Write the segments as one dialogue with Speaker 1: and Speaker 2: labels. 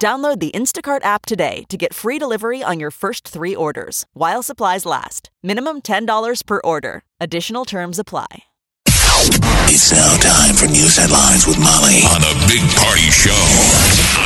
Speaker 1: Download the Instacart app today to get free delivery on your first three orders while supplies last. Minimum $10 per order. Additional terms apply.
Speaker 2: It's now time for news headlines with Molly on the Big Party Show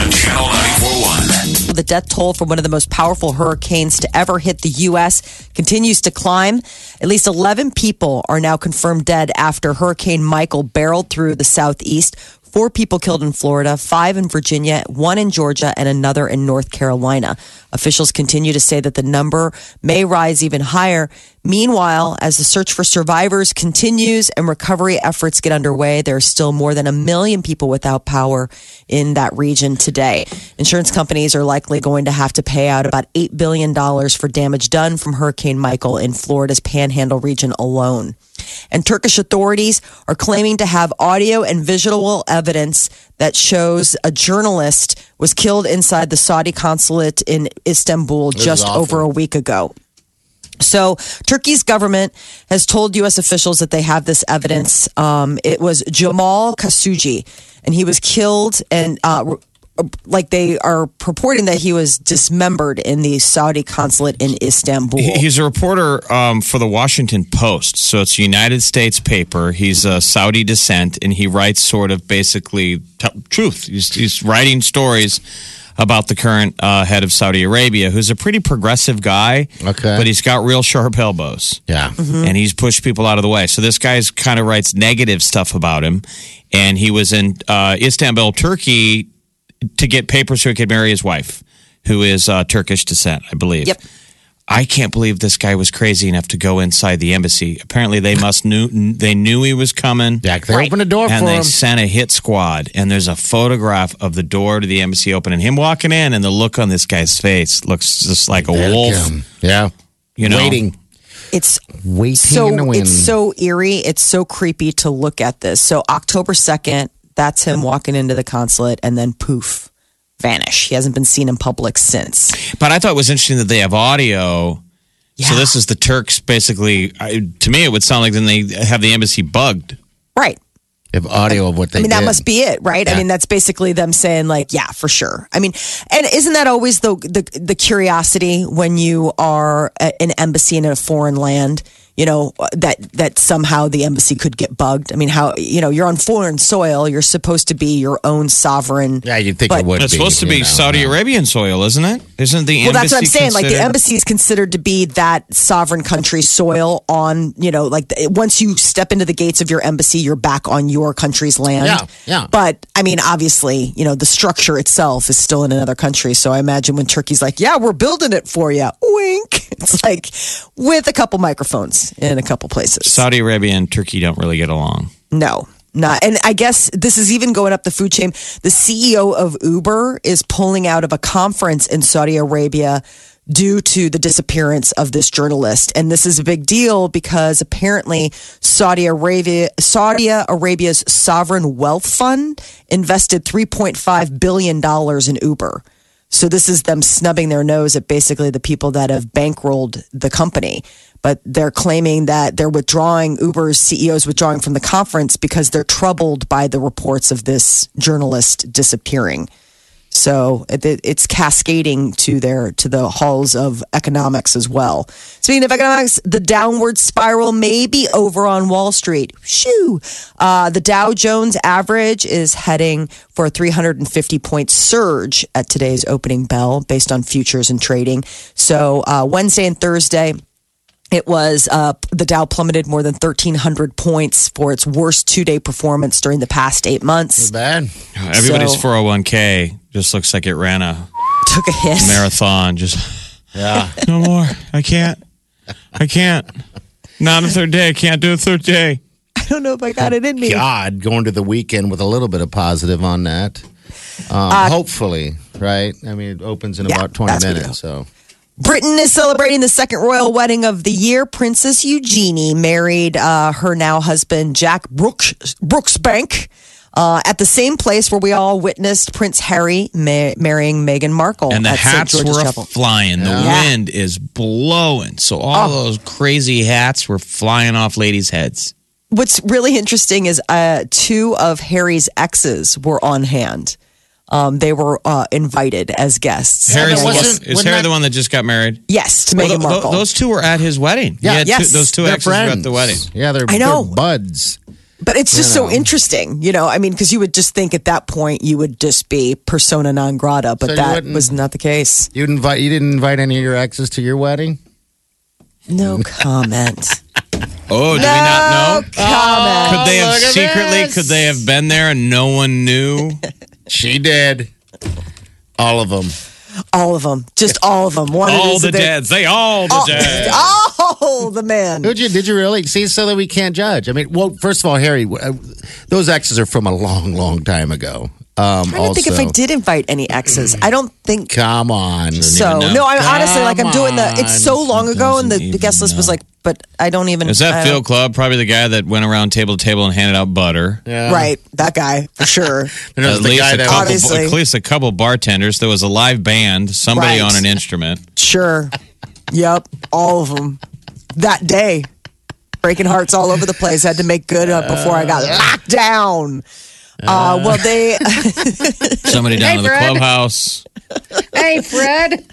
Speaker 2: on Channel 941.
Speaker 3: The death toll for one of the most powerful hurricanes to ever hit the U.S. continues to climb. At least 11 people are now confirmed dead after Hurricane Michael barreled through the southeast. Four people killed in Florida, five in Virginia, one in Georgia, and another in North Carolina. Officials continue to say that the number may rise even higher. Meanwhile, as the search for survivors continues and recovery efforts get underway, there are still more than a million people without power in that region today. Insurance companies are likely going to have to pay out about $8 billion for damage done from Hurricane Michael in Florida's Panhandle region alone. And Turkish authorities are claiming to have audio and visual evidence that shows a journalist was killed inside the Saudi consulate in Istanbul just
Speaker 4: awful.
Speaker 3: over a week ago. So, Turkey's government has told U.S. officials that they have this evidence. Um, it was Jamal Khashoggi, and he was killed, and uh, like they are purporting that he was dismembered in the Saudi consulate in Istanbul.
Speaker 5: He- He's a reporter um, for the Washington Post, so it's a United States paper. He's a Saudi descent, and he writes sort of basically t- truth. He's, he's writing stories about the current uh, head of Saudi Arabia, who's a pretty progressive guy.
Speaker 4: Okay.
Speaker 5: but he's got real sharp elbows
Speaker 4: Yeah.
Speaker 5: and he's pushed people out of the way. So this guy's kind of writes negative stuff about him, and he was in uh, Istanbul, Turkey, to get papers so he could marry his wife, who is uh, Turkish descent, I believe.
Speaker 3: Yep.
Speaker 5: I can't believe this guy was crazy enough to go inside the embassy. Apparently, they must knew they knew he was coming.
Speaker 4: Yeah, they opened the door
Speaker 5: and
Speaker 4: for
Speaker 5: they
Speaker 4: him.
Speaker 5: sent a hit squad. And there's a photograph of the door to the embassy open and him walking in, and the look on this guy's face looks just like a wolf.
Speaker 4: Welcome. Yeah.
Speaker 5: You know?
Speaker 4: Waiting.
Speaker 3: It's
Speaker 4: Waiting
Speaker 3: so
Speaker 4: in the wind.
Speaker 3: it's so eerie. It's so creepy to look at this. So October second, that's him walking into the consulate, and then poof, vanish. He hasn't been seen in public since.
Speaker 5: But I thought it was interesting that they have audio. So
Speaker 3: Yeah.
Speaker 5: this is the Turks basically. I, to me, it would sound like then they have the embassy bugged.
Speaker 3: Right.
Speaker 4: They have audio of what they
Speaker 3: I mean, that
Speaker 4: did.
Speaker 3: must be it, right? I
Speaker 4: Yeah.
Speaker 3: mean, that's basically them saying, like, yeah, for sure. I mean, and isn't that always the the, the curiosity when you are a, an embassy in a foreign land? You know that that somehow the embassy could get bugged. I mean, how you know you're on foreign soil, you're supposed to be your own sovereign.
Speaker 4: Yeah, you'd think
Speaker 3: But-
Speaker 4: it would
Speaker 5: It's
Speaker 4: be.
Speaker 5: supposed to
Speaker 4: you
Speaker 5: be
Speaker 4: know,
Speaker 5: Saudi
Speaker 4: yeah.
Speaker 5: Arabian soil, isn't it? Isn't the
Speaker 3: Well, that's what I'm
Speaker 5: embassy
Speaker 3: saying. Like the
Speaker 5: considered-
Speaker 3: embassy is considered to be that sovereign country's soil. On you know, like the, once you step into the gates of your embassy, you're back on your country's land.
Speaker 4: Yeah, yeah.
Speaker 3: But I mean, obviously, you know, the structure itself is still in another country. So I imagine when Turkey's like, "Yeah, we're building it for you," wink. It's like with a couple microphones in a couple places.
Speaker 5: Saudi Arabia and Turkey don't really get along.
Speaker 3: No, not. And I guess this is even going up the food chain. The CEO of Uber is pulling out of a conference in Saudi Arabia due to the disappearance of this journalist. And this is a big deal because apparently Saudi Arabia, Saudi Arabia's sovereign wealth fund invested $3.5 billion in Uber. So this is them snubbing their nose at basically the people that have bankrolled the company. But they're claiming that they're withdrawing, Uber's CEO is withdrawing from the conference because they're troubled by the reports of this journalist disappearing. So it, it- it's cascading to their to the halls of economics as well. Speaking of economics, the downward spiral may be over on Wall Street. Shoo! Uh, the Dow Jones average is heading for a 350 point surge at today's opening bell, based on futures and trading. So uh, Wednesday and Thursday. It was uh, the Dow plummeted more than 1,300 points for its worst two day performance during the past eight months.
Speaker 4: Bad.
Speaker 5: Everybody's
Speaker 3: So-
Speaker 5: 401k just looks like it ran a
Speaker 3: Took a hit.
Speaker 5: marathon. Just
Speaker 4: Yeah.
Speaker 5: no more. I can't. I can't. Not a third day. I can't do a third day.
Speaker 3: I don't know if I got it in me.
Speaker 4: God, going to the weekend with a little bit of positive on that. Um, hopefully, right? I mean, it opens in
Speaker 3: Yeah,
Speaker 4: about 20
Speaker 3: that's what
Speaker 4: minutes. So,
Speaker 3: Britain is celebrating the second royal wedding of the year. Princess Eugenie married uh, her now husband, Jack Brooks, Brooksbank, uh, at the same place where we all witnessed Prince Harry ma- marrying Meghan Markle.
Speaker 5: And the
Speaker 3: at St.
Speaker 5: hats
Speaker 3: George's
Speaker 5: were
Speaker 3: Chapel.
Speaker 5: flying. The
Speaker 3: Yeah. Oh.
Speaker 5: wind is blowing. So all those crazy hats were flying off ladies' heads.
Speaker 3: What's really interesting is uh, two of Harry's exes were on hand. Um, they were uh, invited as guests.
Speaker 5: Harry's
Speaker 4: but
Speaker 5: the one-
Speaker 4: wasn't-
Speaker 5: is
Speaker 4: wasn't
Speaker 5: Harry
Speaker 4: that-
Speaker 5: the one that just got married?
Speaker 3: yes, to
Speaker 5: Well,
Speaker 3: Meghan
Speaker 5: tho- tho-
Speaker 3: Markle.
Speaker 5: those two were at his wedding.
Speaker 4: Yeah,
Speaker 5: He had two-
Speaker 3: yes.
Speaker 5: those two
Speaker 4: they're
Speaker 5: exes were at the wedding.
Speaker 4: friends. Yeah, they're,
Speaker 3: I know.
Speaker 4: they're buds.
Speaker 3: But it's just so interesting, you know. I mean, because you would just think at that point you would just be persona non grata, but
Speaker 4: So you
Speaker 3: that
Speaker 4: wouldn't-
Speaker 3: was not the case.
Speaker 4: You invite you didn't invite any of your exes to your wedding?
Speaker 3: No comment.
Speaker 5: Oh, do we not know?
Speaker 3: comment.
Speaker 5: Could they have
Speaker 4: look at
Speaker 5: secretly?
Speaker 4: this.
Speaker 5: Could they have been there and no one knew?
Speaker 4: She did. All of them.
Speaker 3: All of them, just all of them. One of
Speaker 5: all
Speaker 3: these
Speaker 5: the
Speaker 3: of their-
Speaker 5: dads. They all the
Speaker 3: All,
Speaker 5: dads.
Speaker 3: all the men.
Speaker 4: Did you? Did you really see? So that we can't judge. I mean, well, first of all, Harry, uh, those exes are from a long, long time ago. Um,
Speaker 3: I don't think if I
Speaker 4: also-
Speaker 3: did invite any exes, I don't think
Speaker 4: Come on.
Speaker 3: so.
Speaker 5: know.
Speaker 3: No, I'm honestly like I'm doing the. It's so
Speaker 4: Come
Speaker 3: long
Speaker 4: on.
Speaker 3: ago, and the,
Speaker 5: Doesn't
Speaker 3: the guest list
Speaker 5: even
Speaker 3: was
Speaker 5: know.
Speaker 3: like, but I don't even.
Speaker 5: Is
Speaker 3: I
Speaker 5: that Phil
Speaker 3: don't-
Speaker 5: Club? Probably the guy that went around table to table and handed out butter.
Speaker 4: Yeah.
Speaker 3: Right, that guy for sure.
Speaker 4: And it was
Speaker 5: At
Speaker 4: the
Speaker 5: least
Speaker 4: guy
Speaker 5: a
Speaker 4: that
Speaker 5: couple,
Speaker 3: Obviously.
Speaker 5: at least a couple bartenders. There was a live band, somebody
Speaker 3: Right.
Speaker 5: on an instrument.
Speaker 3: Sure. yep. All of them. That day, breaking hearts all over the place. Had to make good up before I got locked down. Uh, well, they
Speaker 5: Somebody down in the clubhouse.
Speaker 4: Hey, Fred.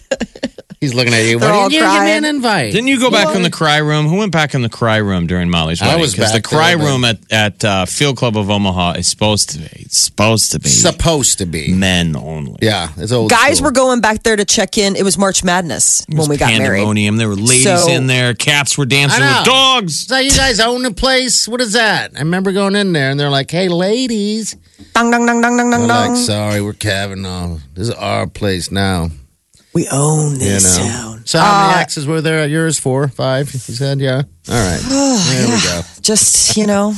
Speaker 4: He's looking at you.
Speaker 3: They're all
Speaker 4: Why didn't you give me
Speaker 3: crying.
Speaker 4: an invite?
Speaker 5: Didn't you go back in the cry room? Who went back in the cry room during Molly's
Speaker 4: I
Speaker 5: wedding?
Speaker 4: was
Speaker 5: Because the
Speaker 4: back there,
Speaker 5: cry
Speaker 4: but-
Speaker 5: room at at uh, Field Club of Omaha is supposed to be it's supposed to be
Speaker 4: Supposed to be.
Speaker 5: men only.
Speaker 4: Yeah, it's old.
Speaker 3: guys
Speaker 4: school.
Speaker 3: were going back there to check in. It was March Madness
Speaker 5: It was
Speaker 3: when we got married.
Speaker 5: pandemonium. There were ladies
Speaker 3: So-
Speaker 5: in there. Cats were
Speaker 4: I
Speaker 5: dancing
Speaker 4: know.
Speaker 5: with dogs.
Speaker 4: So you guys own the place? What is that? I remember going in there and they're like, "Hey, ladies."
Speaker 3: Dong, dong, dong, dong, dong,
Speaker 4: They're
Speaker 3: dong,
Speaker 4: like,
Speaker 3: dong.
Speaker 4: "Sorry, we're Kavanaugh. This is our place now."
Speaker 3: We own
Speaker 4: You
Speaker 3: this
Speaker 4: know.
Speaker 3: town. Uh,
Speaker 4: So how many exes were there at yours? Four, five? You said, yeah. All right. There we go.
Speaker 3: just you know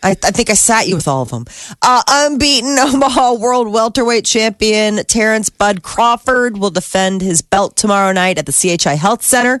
Speaker 3: I, I think I sat you with all of them. Uh, unbeaten Omaha World Welterweight Champion Terrence Bud Crawford will defend his belt tomorrow night at the CHI Health Center.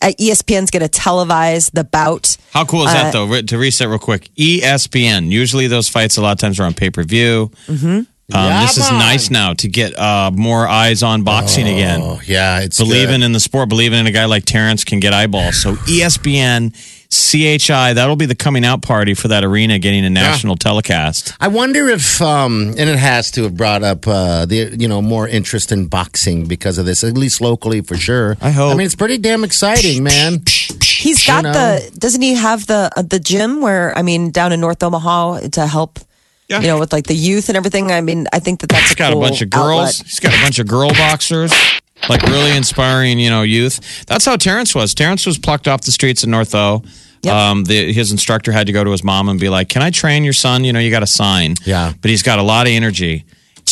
Speaker 3: Uh, ESPN's going to televise the bout.
Speaker 5: How cool is that, though? Re- to reset real quick, E ESPN. Usually those fights a lot of times are on pay per view. Mm-hmm. Um,
Speaker 4: Yeah,
Speaker 5: this is
Speaker 4: man.
Speaker 5: nice now to get uh, more eyes on boxing again.
Speaker 4: Oh yeah, it's
Speaker 5: Believing
Speaker 4: good.
Speaker 5: in the sport, believing in a guy like Terrence can get eyeballs. So E ESPN, CHI, that'll be the coming out party for that arena getting a national telecast.
Speaker 4: I wonder if, um, and it has to have brought up uh, the you know more interest in boxing because of this, at least locally for sure.
Speaker 5: I hope.
Speaker 4: I mean, it's pretty damn exciting, man.
Speaker 3: He's got the doesn't he have the uh, the gym where I mean down in North Omaha to help
Speaker 5: Yeah.
Speaker 3: you know with like the youth and everything. I mean I think that that's
Speaker 5: He's got a
Speaker 3: cool
Speaker 5: bunch of girls.
Speaker 3: outlet.
Speaker 5: He's got a bunch of girl boxers. Like really inspiring, you know, youth. That's how Terrence was. Terrence was plucked off the streets in North O.
Speaker 3: Yep.
Speaker 5: Um, the, his instructor had to go to his mom and be like, "Can I train your son? You know, you got a sign."
Speaker 4: Yeah.
Speaker 5: But he's got a lot of energy,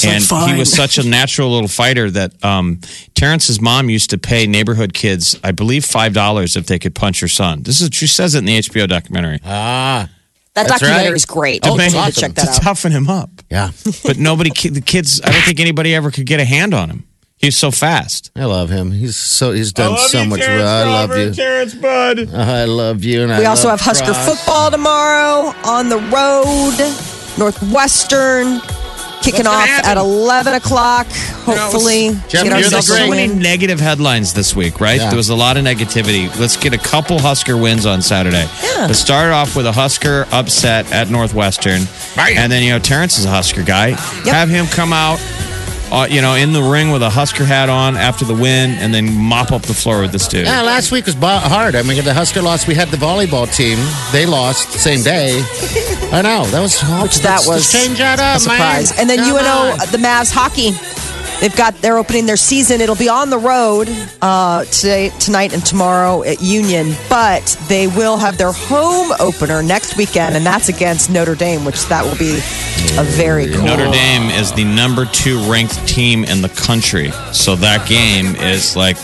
Speaker 3: like,
Speaker 5: and
Speaker 3: "Fine."
Speaker 5: he was such a natural little fighter that um, Terrence's mom used to pay neighborhood kids, I believe, five dollars if they could punch her son. This is she says it in the HBO documentary.
Speaker 4: Ah,
Speaker 3: That
Speaker 4: That's
Speaker 3: documentary
Speaker 4: right.
Speaker 3: is great. you
Speaker 4: Oh, it's
Speaker 3: need to
Speaker 4: awesome.
Speaker 3: check that
Speaker 5: to
Speaker 3: out.
Speaker 5: toughen him up.
Speaker 4: yeah.
Speaker 5: But nobody, ki- the kids, I don't think anybody ever could get a hand on him. He's so fast.
Speaker 4: I love him. He's so he's done so much. I love you,
Speaker 5: Terrence Bud.
Speaker 4: I love you, and
Speaker 3: We
Speaker 4: I
Speaker 3: also have
Speaker 4: love
Speaker 3: Husker
Speaker 4: Frost.
Speaker 3: football tomorrow on the road. Northwestern kicking
Speaker 4: What's gonna
Speaker 3: off at
Speaker 4: happen?
Speaker 3: 11 o'clock. Hopefully, get
Speaker 4: Jeff, you're the
Speaker 3: ourselves a
Speaker 5: so
Speaker 4: great-
Speaker 5: many
Speaker 3: win.
Speaker 5: negative headlines this week, right?
Speaker 4: Yeah.
Speaker 5: There was a lot of negativity. Let's get a couple Husker wins on Saturday.
Speaker 3: Yeah.
Speaker 5: Let's start off with a Husker upset at Northwestern,
Speaker 4: Bam.
Speaker 5: and then you know Terrence is a Husker guy.
Speaker 3: Yep.
Speaker 5: Have him come out, uh, you know, in the ring with a Husker hat on after the win, and then mop up the floor with this dude.
Speaker 4: Yeah, last week was bo- hard. I mean, the Husker lost. We had the volleyball team. They lost same day. I know that was hard.
Speaker 3: Which that was
Speaker 4: change that
Speaker 3: a
Speaker 4: up,
Speaker 3: surprise.
Speaker 4: Man.
Speaker 3: And then
Speaker 4: Come
Speaker 3: UNO,
Speaker 4: on.
Speaker 3: the Mavs hockey. They've got they're opening their season. It'll be on the road uh, today, tonight, and tomorrow at Union. But they will have their home opener next weekend, and that's against Notre Dame, which that will be a very cool.
Speaker 5: Notre Dame is the number two ranked team in the country. So that game is like,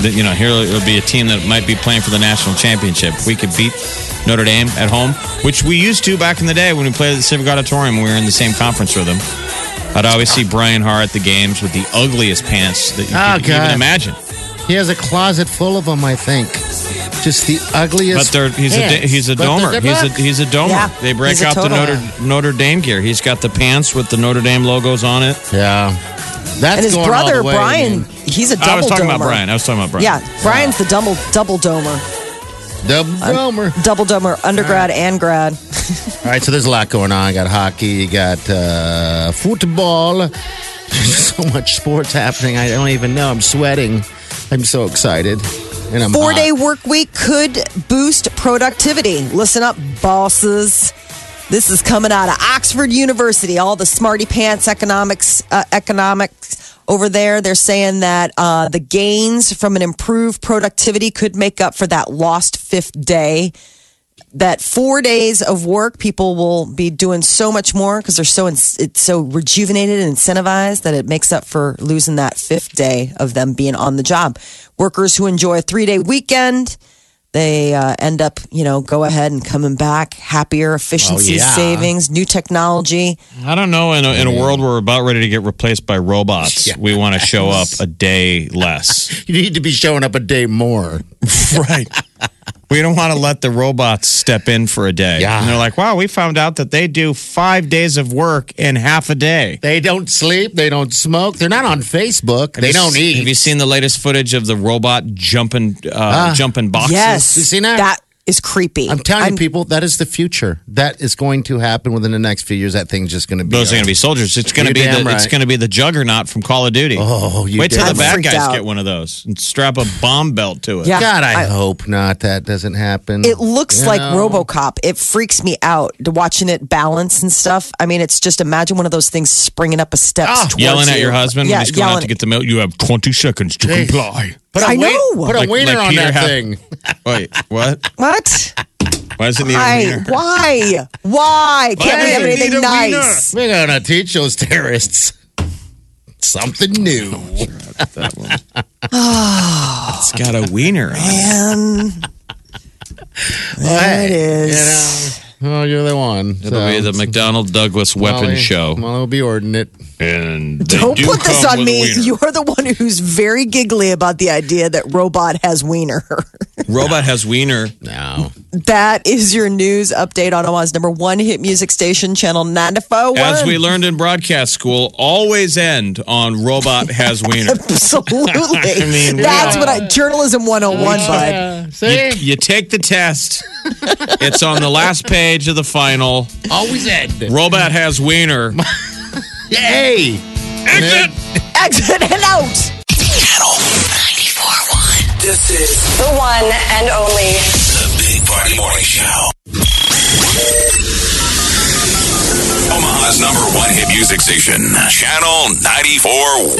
Speaker 5: the- you know, here it'll be a team that might be playing for the national championship. If we could beat Notre Dame at home, which we used to back in the day when we played at the Civic Auditorium, we were in the same conference with them. I'd always see Brian Hart at the games with the ugliest pants that you
Speaker 3: Ah,
Speaker 4: Oh,
Speaker 5: can even
Speaker 4: God.
Speaker 5: imagine.
Speaker 4: He has a closet full of them, I think. Just the
Speaker 5: But
Speaker 4: ugliest.
Speaker 5: they're, he's a
Speaker 4: pants.
Speaker 5: he's a
Speaker 4: But
Speaker 5: domer.
Speaker 4: they're
Speaker 5: He's a
Speaker 4: black.
Speaker 5: he's a domer.
Speaker 3: Yeah,
Speaker 5: they break
Speaker 3: he's a
Speaker 5: out the
Speaker 3: total
Speaker 5: Notre
Speaker 3: man.
Speaker 5: Notre Dame gear. He's got the pants with the Notre Dame logos on it.
Speaker 4: yeah. That's
Speaker 3: and his
Speaker 4: going all
Speaker 3: brother
Speaker 4: the way,
Speaker 3: Brian,
Speaker 4: man.
Speaker 3: he's a double.
Speaker 5: I was talking about
Speaker 3: domer.
Speaker 5: Brian. I was talking about Brian.
Speaker 3: Yeah, Brian's the double double domer,
Speaker 4: The Romer.
Speaker 3: double domer, undergrad and grad.
Speaker 4: All right, so there's a lot going on. You got hockey, you got uh, football. so much sports happening. I don't even know. I'm sweating. I'm so excited. And I'm
Speaker 3: Four
Speaker 4: hot.
Speaker 3: day work week could boost productivity. Listen up, bosses. This is coming out of Oxford University. All the smarty pants economics, uh, economics over there. They're saying that uh, the gains from an improved productivity could make up for that lost fifth day. That four days of work, people will be doing so much more because they're so in, it's so rejuvenated and incentivized that it makes up for losing that fifth day of them being on the job. Workers who enjoy a three day weekend they uh, end up, you know, go ahead and coming back happier, efficiency
Speaker 4: Oh, yeah.
Speaker 3: savings, new technology.
Speaker 5: I don't know. In a, in a world where we're about ready to get replaced by robots,
Speaker 4: Yeah.
Speaker 5: we want to show up a day less.
Speaker 4: You need to be showing up a day more.
Speaker 5: right. We don't want to let the robots step in for a day.
Speaker 4: Yeah.
Speaker 5: And they're like, wow, we found out that they do five days of work in half a day.
Speaker 4: They don't sleep. They don't smoke. They're not on Facebook.
Speaker 5: Have
Speaker 4: they
Speaker 5: you
Speaker 4: don't
Speaker 5: s-
Speaker 4: eat.
Speaker 5: Have you seen the latest footage of the robot jumping uh, jumping boxes?
Speaker 3: Yes.
Speaker 4: You seen that?
Speaker 3: That is creepy.
Speaker 4: I'm telling you, people, that is the future. That is going to happen within the next few years. That thing's just going to be.
Speaker 5: Those are going to be soldiers. It's going to
Speaker 4: You're
Speaker 5: be the,
Speaker 4: damn right.
Speaker 5: it's going to be the juggernaut from Call of Duty.
Speaker 4: Oh, you
Speaker 5: wait till
Speaker 4: damn
Speaker 3: right.
Speaker 5: the bad
Speaker 3: I'm freaked
Speaker 5: guys
Speaker 3: out.
Speaker 5: get one of those and strap a bomb belt to it.
Speaker 3: Yeah.
Speaker 4: God, I,
Speaker 3: I-
Speaker 4: hope not. That doesn't happen.
Speaker 3: It looks
Speaker 4: You
Speaker 3: like
Speaker 4: know?
Speaker 3: RoboCop. It freaks me out to watching it balance and stuff. I mean, it's just imagine one of those things springing up a step,
Speaker 4: Ah,
Speaker 5: Yelling at your husband
Speaker 3: Yeah,
Speaker 5: when he's going out
Speaker 3: yelling-
Speaker 5: to get the milk. You have 20 seconds to
Speaker 4: Jeez.
Speaker 5: comply.
Speaker 4: Put a
Speaker 3: I
Speaker 4: wei-
Speaker 3: know.
Speaker 4: Put a
Speaker 5: Like-
Speaker 4: wiener
Speaker 5: like
Speaker 4: on
Speaker 5: Peter
Speaker 4: that
Speaker 5: Hap-
Speaker 4: thing.
Speaker 5: Wait, what?
Speaker 3: What?
Speaker 5: Why does it need a
Speaker 3: Why?
Speaker 5: wiener?
Speaker 3: Why? Why? Can't
Speaker 4: Why
Speaker 3: we have
Speaker 4: does it
Speaker 3: anything
Speaker 5: need a wiener?
Speaker 3: nice?
Speaker 4: We're gonna teach those terrorists something new.
Speaker 5: Oh, That one. it's got a wiener on it.
Speaker 3: And there it is.
Speaker 4: You know, oh, you're the one.
Speaker 5: It'll be the McDonald Douglas weapon show.
Speaker 4: Well, it'll be ordinate.
Speaker 5: And they
Speaker 3: Don't
Speaker 5: do
Speaker 3: put this
Speaker 5: come
Speaker 3: on
Speaker 5: with a
Speaker 3: me.
Speaker 5: wiener.
Speaker 3: You're the one who's very giggly about the idea that robot has wiener.
Speaker 5: Robot has wiener.
Speaker 4: No.
Speaker 3: that is your news update on Omaha's number one hit music station, Channel 941.
Speaker 5: As we learned in broadcast school, always end on robot has wiener.
Speaker 3: Absolutely.
Speaker 5: I mean,
Speaker 3: That's
Speaker 5: yeah.
Speaker 3: what I, journalism 101, bud.
Speaker 4: Uh, see,
Speaker 5: You take the test. It's on the last page of the final.
Speaker 4: always end.
Speaker 5: Robot has wiener.
Speaker 4: Hey,
Speaker 5: Exit.
Speaker 3: Exit and out.
Speaker 2: Channel 941. This is
Speaker 6: The one and only.
Speaker 2: the Big Party Morning Show. Omaha's number one hit music station, Channel 941.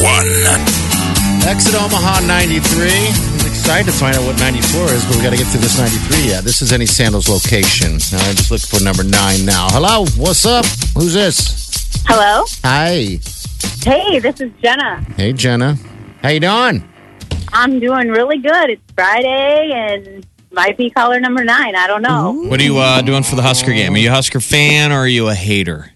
Speaker 4: exit Omaha '93. I'm excited to find out what '94 is, but we got to get through this '93 yet. This is any Sandals location. All right, just looking for number nine now. Hello, what's up? Who's this?
Speaker 7: Hello.
Speaker 4: Hi,
Speaker 7: Hey, this is Jenna.
Speaker 4: hey Jenna. How you doing?
Speaker 7: I'm doing really good. It's Friday and might be caller number nine. I don't know.
Speaker 5: What are you uh, doing for the Husker game? Are you a Husker fan or are you a hater?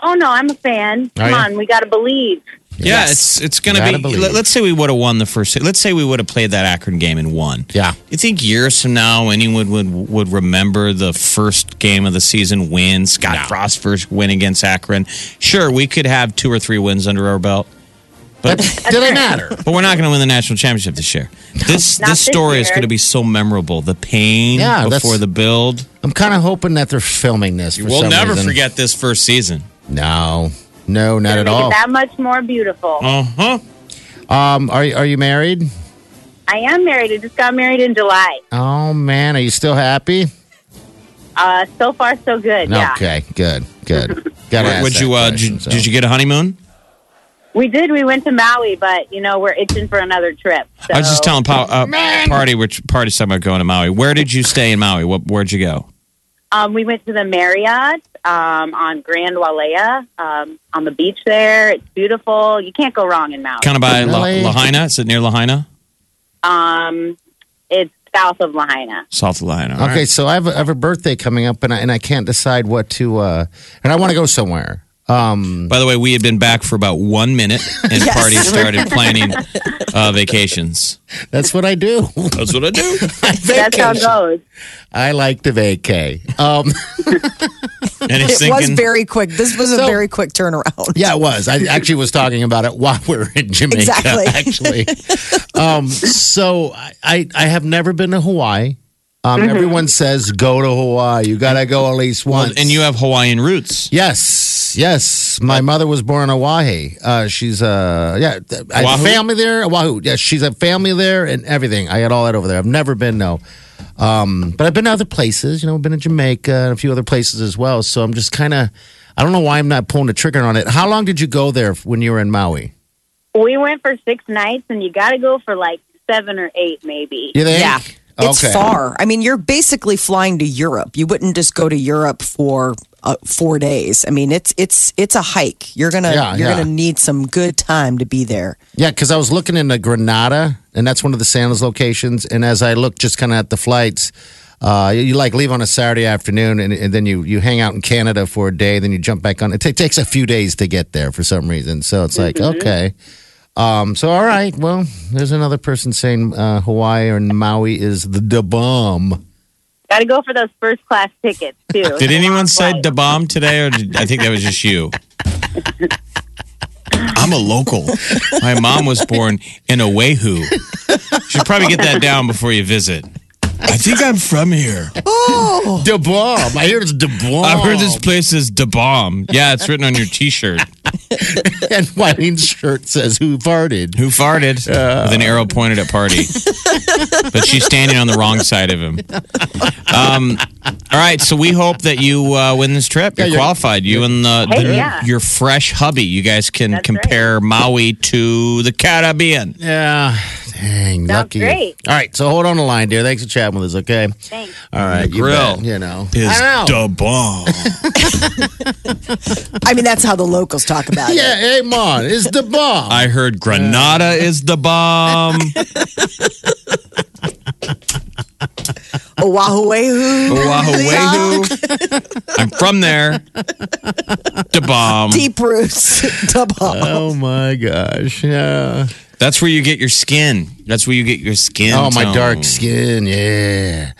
Speaker 7: Oh no, I'm a fan.
Speaker 4: Are
Speaker 7: Come
Speaker 4: you?
Speaker 7: on, we gotta believe.
Speaker 5: Yeah, it's it's going
Speaker 4: Gotta
Speaker 5: to be.
Speaker 4: believe.
Speaker 5: Let, us say we would have won the first. Let's say we would have played that Akron game and won.
Speaker 4: Yeah.
Speaker 5: You think years from now anyone would would remember the first game of the season win? Scott Frost's first win against Akron. Sure, we could have two or three wins under our belt, but
Speaker 4: Did it matter?
Speaker 5: but we're not going to win the national championship this year. This
Speaker 7: Not
Speaker 5: this
Speaker 7: this
Speaker 5: story is
Speaker 7: year.
Speaker 5: going to be so memorable. The pain
Speaker 4: Yeah, that's-
Speaker 5: before the build.
Speaker 4: I'm kind of hoping that they're filming this. For
Speaker 5: We'll
Speaker 4: some
Speaker 5: never
Speaker 4: reason.
Speaker 5: forget this first season.
Speaker 4: No, no, not
Speaker 7: Gonna
Speaker 4: at
Speaker 7: make
Speaker 4: all.
Speaker 7: it that much more beautiful.
Speaker 5: Uh huh.
Speaker 4: Um, are you- are you married?
Speaker 7: I am married. I just got married in July.
Speaker 4: Oh man, are you still happy?
Speaker 7: Uh, so far so good. Yeah.
Speaker 4: Okay, good, good. Got
Speaker 5: Would, would you? Uh, did, did you get a honeymoon?
Speaker 7: We did. We went to Maui, but you know we're itching for another trip. So
Speaker 5: I was just telling pa- uh, party which party's talking about going to Maui. Where did you stay in Maui? What, where'd you go?
Speaker 7: Um, we went to the Marriott um, on Grand Walea um, on the beach there. It's beautiful. You can't go wrong in Maui.
Speaker 5: Kind of by La-
Speaker 4: Really?
Speaker 5: Lahaina. Is it near Lahaina?
Speaker 7: Um, it's south of Lahaina.
Speaker 5: South of Lahaina. all
Speaker 4: Okay,
Speaker 5: right.
Speaker 4: so I have, a, I have a birthday coming up, and I and I can't decide what to. Uh, and I want to go somewhere.
Speaker 5: By the way, we had been back for about one minute, and party started planning uh, vacations.
Speaker 4: That's what I do.
Speaker 5: That's what I do.
Speaker 7: That's how it goes.
Speaker 4: I like to vacay. Um,
Speaker 5: And he's
Speaker 3: It was
Speaker 5: thinking,
Speaker 3: very quick. This was
Speaker 4: So-
Speaker 3: a very quick turnaround.
Speaker 4: yeah, it was. I actually was talking about it while we were in Jamaica.
Speaker 3: Exactly.
Speaker 4: Actually, um, so I- I I have never been to Hawaii. Um, Everyone says go to Hawaii. You got to go at least once.
Speaker 5: and you have Hawaiian roots.
Speaker 4: Yes, yes. My mother was born in Oahu. Uh, she's uh, yeah, I have
Speaker 5: Oahu?
Speaker 4: a family there. Oahu. Yeah, she's a family there and everything. I got all that over there. I've never been no, um, but I've been to other places. You know, I've been to Jamaica and a few other places as well. So I'm just kind of, I don't know why I'm not pulling the trigger on it. How long did you go there when you were in Maui?
Speaker 7: We went for six nights, and you got to go for like seven or eight, maybe.
Speaker 4: You think?
Speaker 3: Yeah. It's
Speaker 4: Okay.
Speaker 3: far. I mean, you're basically flying to Europe. You wouldn't just go to Europe for uh, four days. I mean, it's it's it's a hike. You're gonna
Speaker 4: Yeah,
Speaker 3: you're
Speaker 4: yeah.
Speaker 3: gonna need some good time to be there.
Speaker 4: Yeah, because I was looking into Granada, and that's one of the Santa's locations. And as I looked, just kind of at the flights, uh, you, you, like leave on a Saturday afternoon, and, and then you you hang out in Canada for a day, then you jump back on. It ta- takes a few days to get there for some reason. So it's like okay, um, so all right, well, there's another person saying uh, Hawaii or Maui is the, the bomb.
Speaker 7: Got to go for those first class tickets too.
Speaker 5: Did anyone say
Speaker 7: Right.
Speaker 5: da bomb today, or did, I think that was just you? I'm a local. My mom was born in Oahu. Should probably get that down before you visit. I think I'm from here.
Speaker 4: The bomb. I hear it's the bomb.
Speaker 5: I've heard
Speaker 3: Oh.
Speaker 5: this place is da bomb. Yeah, it's written on your T-shirt.
Speaker 4: and Wileen's shirt says "Who farted."
Speaker 5: Who farted? With an arrow pointed at party. but she's standing on the wrong side of him. Um, all right, so we hope that you uh, win this trip. You're,
Speaker 4: Yeah, you're-
Speaker 5: qualified. You and the,
Speaker 7: Hey,
Speaker 5: the-
Speaker 7: yeah.
Speaker 5: your fresh hubby. You guys can
Speaker 7: That's right.
Speaker 5: compare Maui to the Caribbean.
Speaker 4: Yeah. Dang, lucky.
Speaker 7: great.
Speaker 4: All right, so hold on the line, dear. Thanks for chatting with us, okay?
Speaker 7: Thanks.
Speaker 4: All right, you
Speaker 5: grill
Speaker 4: bet, you know.
Speaker 5: Is
Speaker 4: I don't know.
Speaker 5: da bomb.
Speaker 3: I mean, that's how the locals talk about it.
Speaker 4: Yeah, hey, man, it's the bomb.
Speaker 5: I heard Granada is the bomb.
Speaker 3: Oahu,
Speaker 5: Oahu. I'm from there. Da bomb.
Speaker 3: deep roots, double.
Speaker 4: oh my gosh, yeah.
Speaker 5: That's where you get your skin. That's where you get your skin.
Speaker 4: Oh my
Speaker 5: tone.
Speaker 4: dark skin, yeah.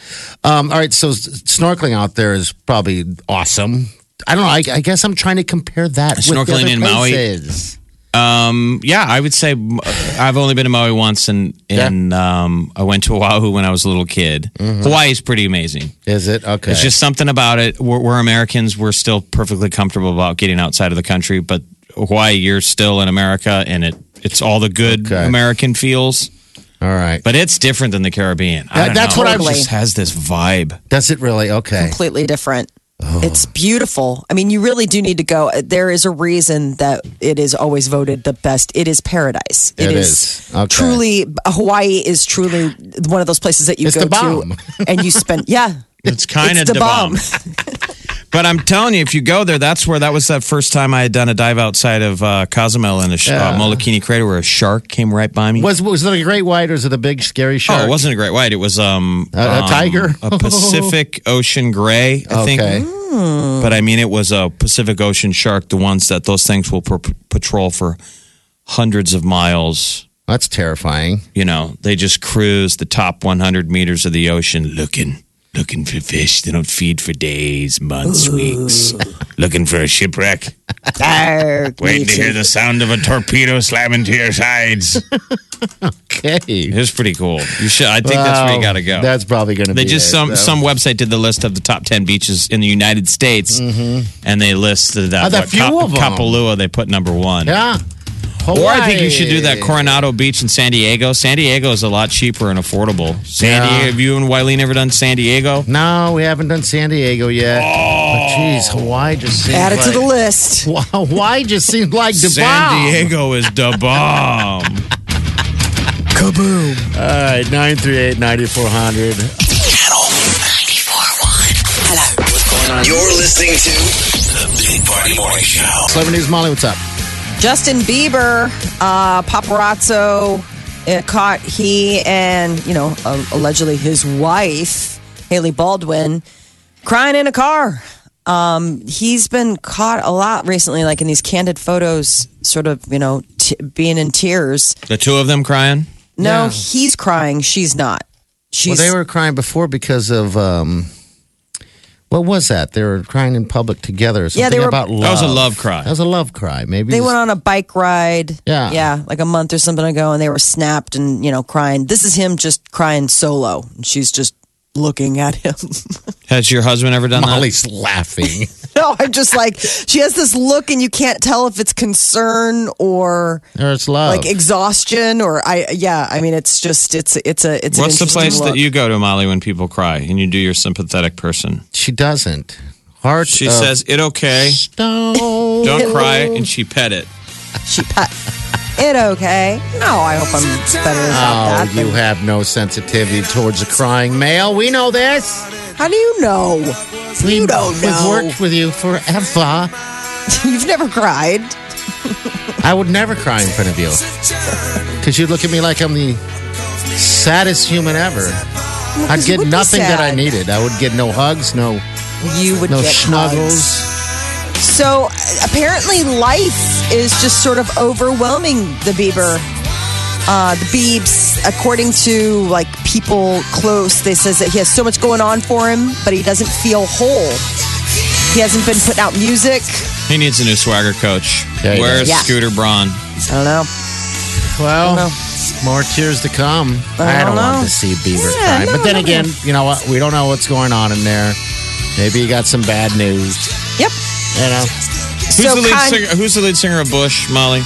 Speaker 4: Um, all right, so s- snorkeling out there is probably awesome. I don't know. I, I guess I'm trying to compare that with the
Speaker 5: Snorkeling
Speaker 4: other
Speaker 5: in Maui?
Speaker 4: places.
Speaker 5: Um, yeah, I would say uh, I've only been to Maui once, and and um, I went to Oahu when I was a little kid.
Speaker 4: Mm-hmm.
Speaker 5: Hawaii is pretty amazing.
Speaker 4: Is it okay?
Speaker 5: It's just something about it. We're, we're Americans. We're still perfectly comfortable about getting outside of the country, but Hawaii, you're still in America, and it it's all the good
Speaker 4: Okay.
Speaker 5: American feels.
Speaker 4: all right.
Speaker 5: But it's different than the Caribbean. I
Speaker 4: That-
Speaker 5: don't
Speaker 4: that's
Speaker 5: know.
Speaker 4: what I
Speaker 5: It
Speaker 3: was-
Speaker 5: just has this vibe.
Speaker 4: Does it really? Okay.
Speaker 3: completely different. It's beautiful. I mean, you really do need to go. There is a reason that it is always voted the best. It is paradise.
Speaker 4: It is. Okay.
Speaker 3: truly Hawaii is truly one of those places that you
Speaker 4: It's
Speaker 3: go
Speaker 4: the bomb.
Speaker 3: to and you spend yeah.
Speaker 5: It's kind of
Speaker 3: it's the bomb.
Speaker 5: But I'm telling you, if you go there, that's where that was that first time I had done a dive outside of uh, Cozumel in the sh- uh, Molokini crater where a shark came right by me.
Speaker 4: Was was it a great white or is it a big scary shark?
Speaker 5: Oh, it wasn't a great white. It was um,
Speaker 4: A- a
Speaker 5: um,
Speaker 4: tiger?
Speaker 5: a Pacific Ocean gray. I
Speaker 4: Okay.
Speaker 5: think. But I mean, it was a Pacific Ocean shark. The ones that those things will pr- patrol for hundreds of miles.
Speaker 4: That's terrifying.
Speaker 5: You know, they just cruise the top 100 meters of the ocean looking. Looking for fish. They don't feed for days, months, weeks. Looking for a shipwreck.
Speaker 3: Arg, me
Speaker 5: Waiting to
Speaker 3: too.
Speaker 5: hear the sound of a torpedo slamming to your sides. it
Speaker 4: Okay.
Speaker 5: was pretty cool. You should. I think that's where you got
Speaker 4: Wow.
Speaker 5: to go.
Speaker 4: That's probably going to be
Speaker 5: they just
Speaker 4: it,
Speaker 5: some
Speaker 4: so.
Speaker 5: some website did the list of the top ten beaches in the United States, and they listed uh,
Speaker 4: Oh, there Mm-hmm. are
Speaker 5: what,
Speaker 4: few
Speaker 5: Ka-
Speaker 4: of 'em.
Speaker 5: Kapalua. They put number one.
Speaker 4: Yeah.
Speaker 5: Or I think you should do that
Speaker 4: Hawaii.
Speaker 5: Coronado Beach in San Diego. San Diego is a lot cheaper and affordable. San
Speaker 4: Yeah.
Speaker 5: Diego. Have you and Wileen ever done San Diego?
Speaker 4: No, we haven't done San Diego yet.
Speaker 5: Oh.
Speaker 4: But geez, Hawaii just seems
Speaker 3: Add it to the
Speaker 4: like-
Speaker 3: list.
Speaker 4: Hawaii just seems like the
Speaker 5: San
Speaker 4: bomb.
Speaker 5: Diego is the bomb.
Speaker 3: Kaboom.
Speaker 4: All right, 938 9400.
Speaker 2: Channel 941. Hello. You're listening to The Big Party Morning Show.
Speaker 4: 7 News Molly, what's up?
Speaker 3: Justin Bieber, uh, paparazzo uh, caught he and you know uh, allegedly his wife Haley Baldwin crying in a car. Um, he's been caught a lot recently, like in these candid photos, sort of, you know, t- being in tears.
Speaker 5: The two of them crying.
Speaker 3: No,
Speaker 4: Yeah.
Speaker 3: he's crying. She's not.
Speaker 4: Well,
Speaker 3: She's
Speaker 4: they were crying before because of um, what was that? They were crying in public together. Something
Speaker 3: Yeah, they were-
Speaker 4: about love.
Speaker 5: That was a love cry.
Speaker 4: That was a love cry. Maybe
Speaker 3: They
Speaker 4: just-
Speaker 3: went on a bike ride.
Speaker 4: Yeah.
Speaker 3: Yeah, like a month or something ago, and they were snapped and, you know, crying. This is him just crying solo. And she's just looking at him.
Speaker 5: Has your husband ever done that?
Speaker 4: Molly's laughing.
Speaker 3: no, I'm just like, she has this look, and you can't tell if it's concern or
Speaker 4: Or it's love.
Speaker 3: like exhaustion or I, yeah, I mean, it's just, it's, it's a, it's an
Speaker 5: What's the
Speaker 3: interesting
Speaker 5: place
Speaker 3: look.
Speaker 5: that you go to, Molly, when people cry and you do your sympathetic person?
Speaker 4: she doesn't. Heart.
Speaker 5: She
Speaker 4: of
Speaker 5: says, "It okay,
Speaker 4: stone.
Speaker 5: don't cry," and she pet it.
Speaker 3: She pet. It okay. No, I hope I'm better about
Speaker 4: Oh,
Speaker 3: that.
Speaker 4: you have no sensitivity towards a crying male. We know this.
Speaker 3: How do you know?
Speaker 4: We,
Speaker 3: You don't
Speaker 4: we've
Speaker 3: know.
Speaker 4: worked with you forever.
Speaker 3: You've never cried.
Speaker 4: I would never cry in front of you. Because you'd look at me like I'm the saddest human ever. I'd
Speaker 3: 'cause you
Speaker 4: get
Speaker 3: would be
Speaker 4: nothing that I
Speaker 3: sad.
Speaker 4: needed. I would get no hugs, no
Speaker 3: You would
Speaker 4: no
Speaker 3: get hugs.
Speaker 4: snuggles.
Speaker 3: So apparently, life is just sort of overwhelming the Bieber, uh, the Biebs. According to like people close, they says that he has so much going on for him, but he doesn't feel whole. He hasn't been putting out music.
Speaker 5: He needs a new swagger coach.
Speaker 4: Yeah, he
Speaker 5: Where's
Speaker 4: does.
Speaker 3: Yeah.
Speaker 5: Scooter Braun?
Speaker 3: I don't know.
Speaker 4: Well, more tears to come. I don't,
Speaker 3: don't know.
Speaker 4: want to see Beaver
Speaker 3: Yeah,
Speaker 4: cry.
Speaker 3: no,
Speaker 4: but then
Speaker 3: no, no.
Speaker 4: again, you know what? We don't know what's going on in there. Maybe you got some bad news.
Speaker 3: Yep.
Speaker 4: You know?
Speaker 5: Who's
Speaker 3: so
Speaker 5: the lead
Speaker 3: Con-
Speaker 5: singer? Who's the lead singer of Bush, Molly?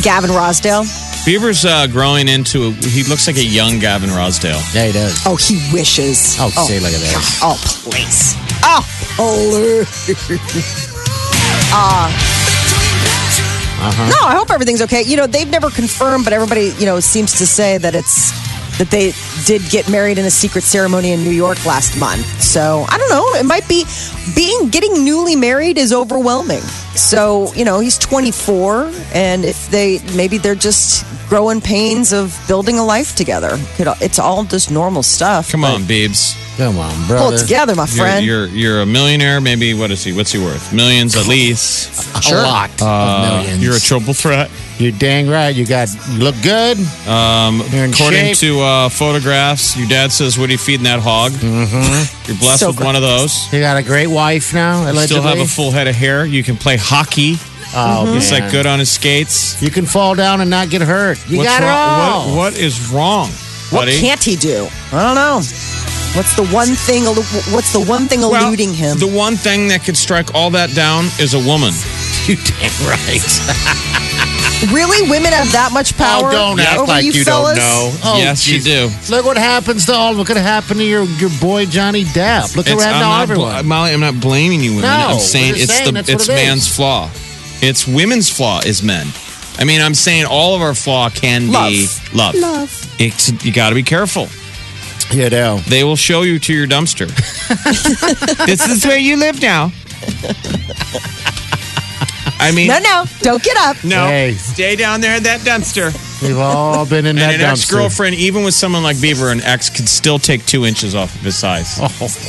Speaker 3: Gavin Rosdale.
Speaker 5: Bieber's uh, growing into. A, he looks like a young Gavin Rosdale.
Speaker 4: Yeah, he does.
Speaker 3: Oh, he wishes.
Speaker 4: Oh, see, look at this.
Speaker 3: Oh, please. Oh, please. Uh, No, I hope everything's okay. You know, they've never confirmed, but everybody, you know, seems to say that it's that they did get married in a secret ceremony in New York last month. So I don't know. It might be being getting newly married is overwhelming. So you know, he's 24, and if they maybe they're just growing pains of building a life together. Could It's all just normal stuff.
Speaker 5: Come on, Biebs.
Speaker 4: Come on,
Speaker 3: Pull
Speaker 4: brother.
Speaker 3: it together, my
Speaker 5: You're,
Speaker 3: friend.
Speaker 5: you're you're a millionaire. Maybe what is he? What's he worth? Millions at least.
Speaker 4: A lot
Speaker 5: Uh,
Speaker 4: of 1000000s
Speaker 5: You're a triple threat.
Speaker 4: You're dang right. You got. You look good.
Speaker 5: Um,
Speaker 4: You're in
Speaker 5: according
Speaker 4: shape.
Speaker 5: to uh, photographs, your dad says, "What are you feeding that hog?" Mm-hmm. You're blessed
Speaker 3: So
Speaker 5: with one of those.
Speaker 4: You got a great wife now.
Speaker 5: You
Speaker 4: Allegedly.
Speaker 5: still have a full head of hair. You can play hockey.
Speaker 4: Oh,
Speaker 5: He's
Speaker 4: man.
Speaker 5: like good on his skates.
Speaker 4: You can fall down and not get hurt. You got it all.
Speaker 5: wrong? What, what is wrong,
Speaker 3: What
Speaker 5: buddy?
Speaker 3: can't he do? I don't know. What's the one thing? allu- What's the one thing
Speaker 5: Well,
Speaker 3: eluding him?
Speaker 5: The one thing that could strike all that down is a woman.
Speaker 4: You damn right.
Speaker 3: really, women have that much power?
Speaker 4: oh, don't act
Speaker 3: over
Speaker 4: like you,
Speaker 3: fellas?
Speaker 4: don't know. Oh,
Speaker 5: yes, you
Speaker 4: geez.
Speaker 5: do.
Speaker 4: Look what happens to all. Look what happened to your your boy Johnny Depp. Look
Speaker 5: It's-
Speaker 4: what
Speaker 5: I'm
Speaker 4: happened to
Speaker 5: not bl-
Speaker 4: everyone.
Speaker 5: Molly, I'm not blaming you women.
Speaker 4: No,
Speaker 5: I'm saying
Speaker 4: we're
Speaker 5: it's
Speaker 4: saying
Speaker 5: the
Speaker 4: that's what
Speaker 5: it's
Speaker 4: it is.
Speaker 5: man's flaw. It's women's flaw is men. I mean, I'm saying all of our flaw can be love. Love. It's, you got to be careful.
Speaker 4: you know.
Speaker 5: They will show you to your dumpster. this is where you live now. I mean,
Speaker 3: No, no, don't get up.
Speaker 5: no.
Speaker 4: Hey.
Speaker 5: Stay down there in that dumpster.
Speaker 4: We've all been in that
Speaker 5: and an
Speaker 4: dumpster.
Speaker 5: ex girlfriend, even with someone like Bieber, an ex could still take two inches off of his size.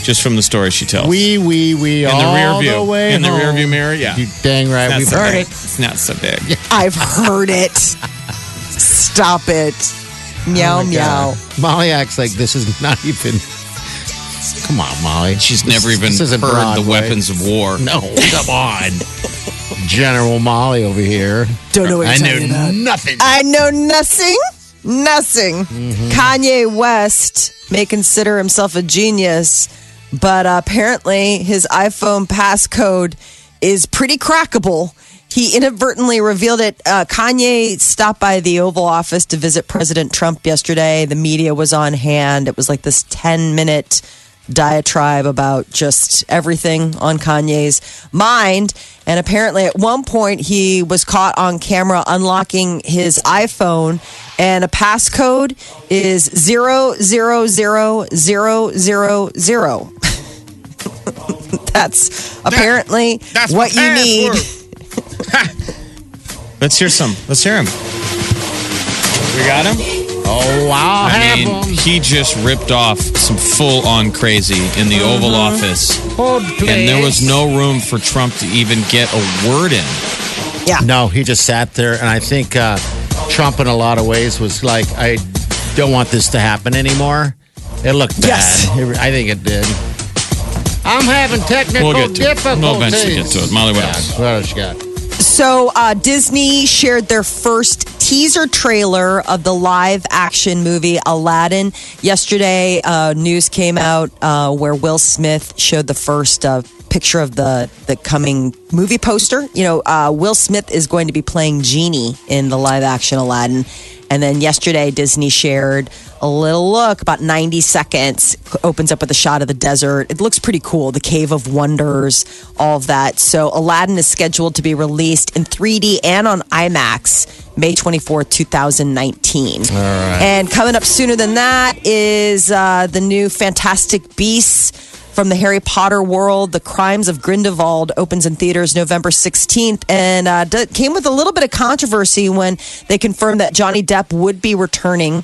Speaker 5: Just from the story she tells.
Speaker 4: Oh. We we we
Speaker 5: in the
Speaker 4: all
Speaker 5: rear view.
Speaker 4: the way
Speaker 5: in the
Speaker 4: home.
Speaker 5: rear view mirror, yeah.
Speaker 4: You dang right.
Speaker 5: Not
Speaker 4: We've
Speaker 5: so
Speaker 4: heard
Speaker 5: big.
Speaker 4: it.
Speaker 5: It's not so big.
Speaker 3: I've heard it. Stop it. Meow,
Speaker 4: Oh, my
Speaker 3: meow.
Speaker 4: God. Molly acts like this is not even. Come on, Molly.
Speaker 5: She's
Speaker 4: This-
Speaker 5: never even
Speaker 4: this
Speaker 5: heard
Speaker 4: isn't Broadway.
Speaker 5: the weapons of war.
Speaker 4: No, come on. General Molly over here.
Speaker 3: Don't know what
Speaker 4: I
Speaker 3: you're talking
Speaker 4: know
Speaker 3: about.
Speaker 4: nothing.
Speaker 3: I know nothing. Nothing. Kanye West may consider himself a genius, but apparently his iPhone passcode is pretty crackable. He inadvertently revealed it. Uh, Kanye stopped by the Oval Office to visit President Trump yesterday. The media was on hand. It was like this 10 minute diatribe about just everything on Kanye's mind. And apparently, at one point, he was caught on camera unlocking his iPhone, and a passcode is zero zero zero zero zero zero. That's apparently what you need.
Speaker 5: Let's hear some. Let's hear him. We got him?
Speaker 4: Oh, I'll
Speaker 5: I
Speaker 4: have
Speaker 5: mean,
Speaker 4: them.
Speaker 5: he just ripped off some full on crazy in the Oval
Speaker 4: Mm-hmm.
Speaker 5: Office. And there was no room for Trump to even get a word in.
Speaker 4: No, he just sat there, and I think uh, Trump, in a lot of ways, was like, "I don't want this to happen anymore." It looked bad.
Speaker 3: Yes.
Speaker 4: It- I think it did. I'm having technical
Speaker 5: We'll get to it.
Speaker 4: difficulties.
Speaker 5: We'll eventually get to it. Molly, what
Speaker 4: Yeah,
Speaker 5: else?
Speaker 4: What else you got?
Speaker 3: So uh, Disney shared their first teaser trailer of the live action movie Aladdin yesterday. Uh, news came out uh, where Will Smith showed the first uh, picture of the the coming movie poster. You know, uh, Will Smith is going to be playing genie in the live action Aladdin. And then yesterday, Disney shared a little look, about 90 seconds, opens up with a shot of the desert. It looks pretty cool, the Cave of Wonders, all of that. So, Aladdin is scheduled to be released in 3D and on IMAX May 24th, 2019. And coming up sooner than that is uh, the new Fantastic Beasts from the Harry Potter world. The Crimes of Grindelwald opens in theaters November 16th and uh, d- came with a little bit of controversy when they confirmed that Johnny Depp would be returning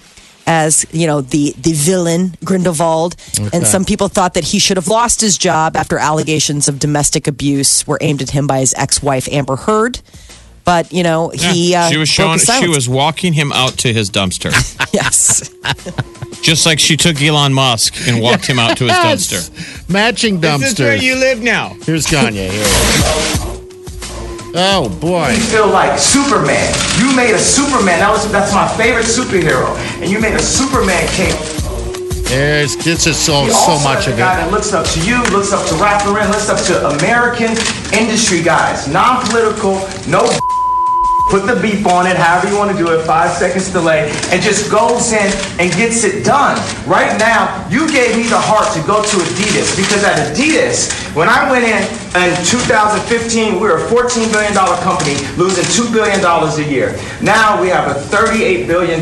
Speaker 3: as you know the the villain Grindelwald and some people thought that he should have lost his job after allegations of domestic abuse were aimed at him by his ex-wife Amber Heard but you know he
Speaker 5: Yeah.
Speaker 3: uh,
Speaker 5: she was
Speaker 3: broke
Speaker 5: showing
Speaker 3: his
Speaker 5: she
Speaker 3: silence.
Speaker 5: was walking him out to his dumpster.
Speaker 3: yes
Speaker 5: just like she took Elon Musk and walked him out to his dumpster.
Speaker 4: Matching dumpster.
Speaker 5: live now.
Speaker 4: Here's Kanye. Here. Oh boy.
Speaker 8: feel like Superman. You made a Superman. That was that's my favorite superhero, and you made a Superman king.
Speaker 4: There's this is so
Speaker 8: He
Speaker 4: so
Speaker 8: also
Speaker 4: much of
Speaker 8: is a guy
Speaker 4: it.
Speaker 8: that looks up to you, looks up to Ralph Lauren, looks up to American industry guys, non-political, no. Put the beep on it, however you want to do it, five seconds delay, and just goes in and gets it done. Right now, you gave me the heart to go to Adidas because at Adidas, when I went in in 2015, we were a $14 billion company losing $2 billion a year. Now we have a $38 billion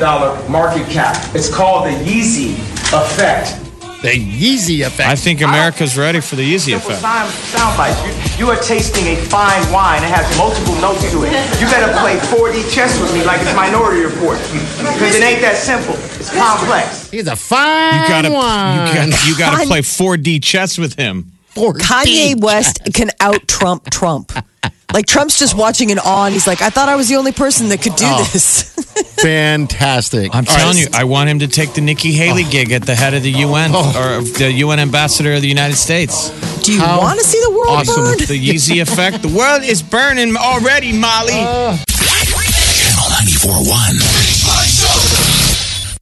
Speaker 8: market cap. It's called the Yeezy effect.
Speaker 4: The Yeezy effect.
Speaker 5: I think America's ready for the easy effect.
Speaker 8: Sound, sound bites. You, you are tasting a fine wine. It has multiple notes to it. You better play 4D chess with me like it's Minority Report. Because it ain't that simple. It's complex.
Speaker 4: He's a fine
Speaker 5: You gotta, you
Speaker 4: one.
Speaker 5: gotta, you gotta
Speaker 3: Con-
Speaker 5: play 4D chess with him.
Speaker 4: 14.
Speaker 3: Kanye West can out Trump Trump. Like Trump's just watching in awe, and he's like, "I thought I was the only person that could do
Speaker 4: Oh.
Speaker 3: this."
Speaker 4: Fantastic.
Speaker 5: I'm
Speaker 4: All right,
Speaker 5: telling you, I want him to take the Nikki Haley gig at the head of the UN or the UN ambassador of the United States.
Speaker 3: Do you
Speaker 4: How
Speaker 3: want to see the world
Speaker 4: awesome
Speaker 3: burn?
Speaker 5: The Yeezy effect. The world is burning already, Molly.
Speaker 2: Channel 941.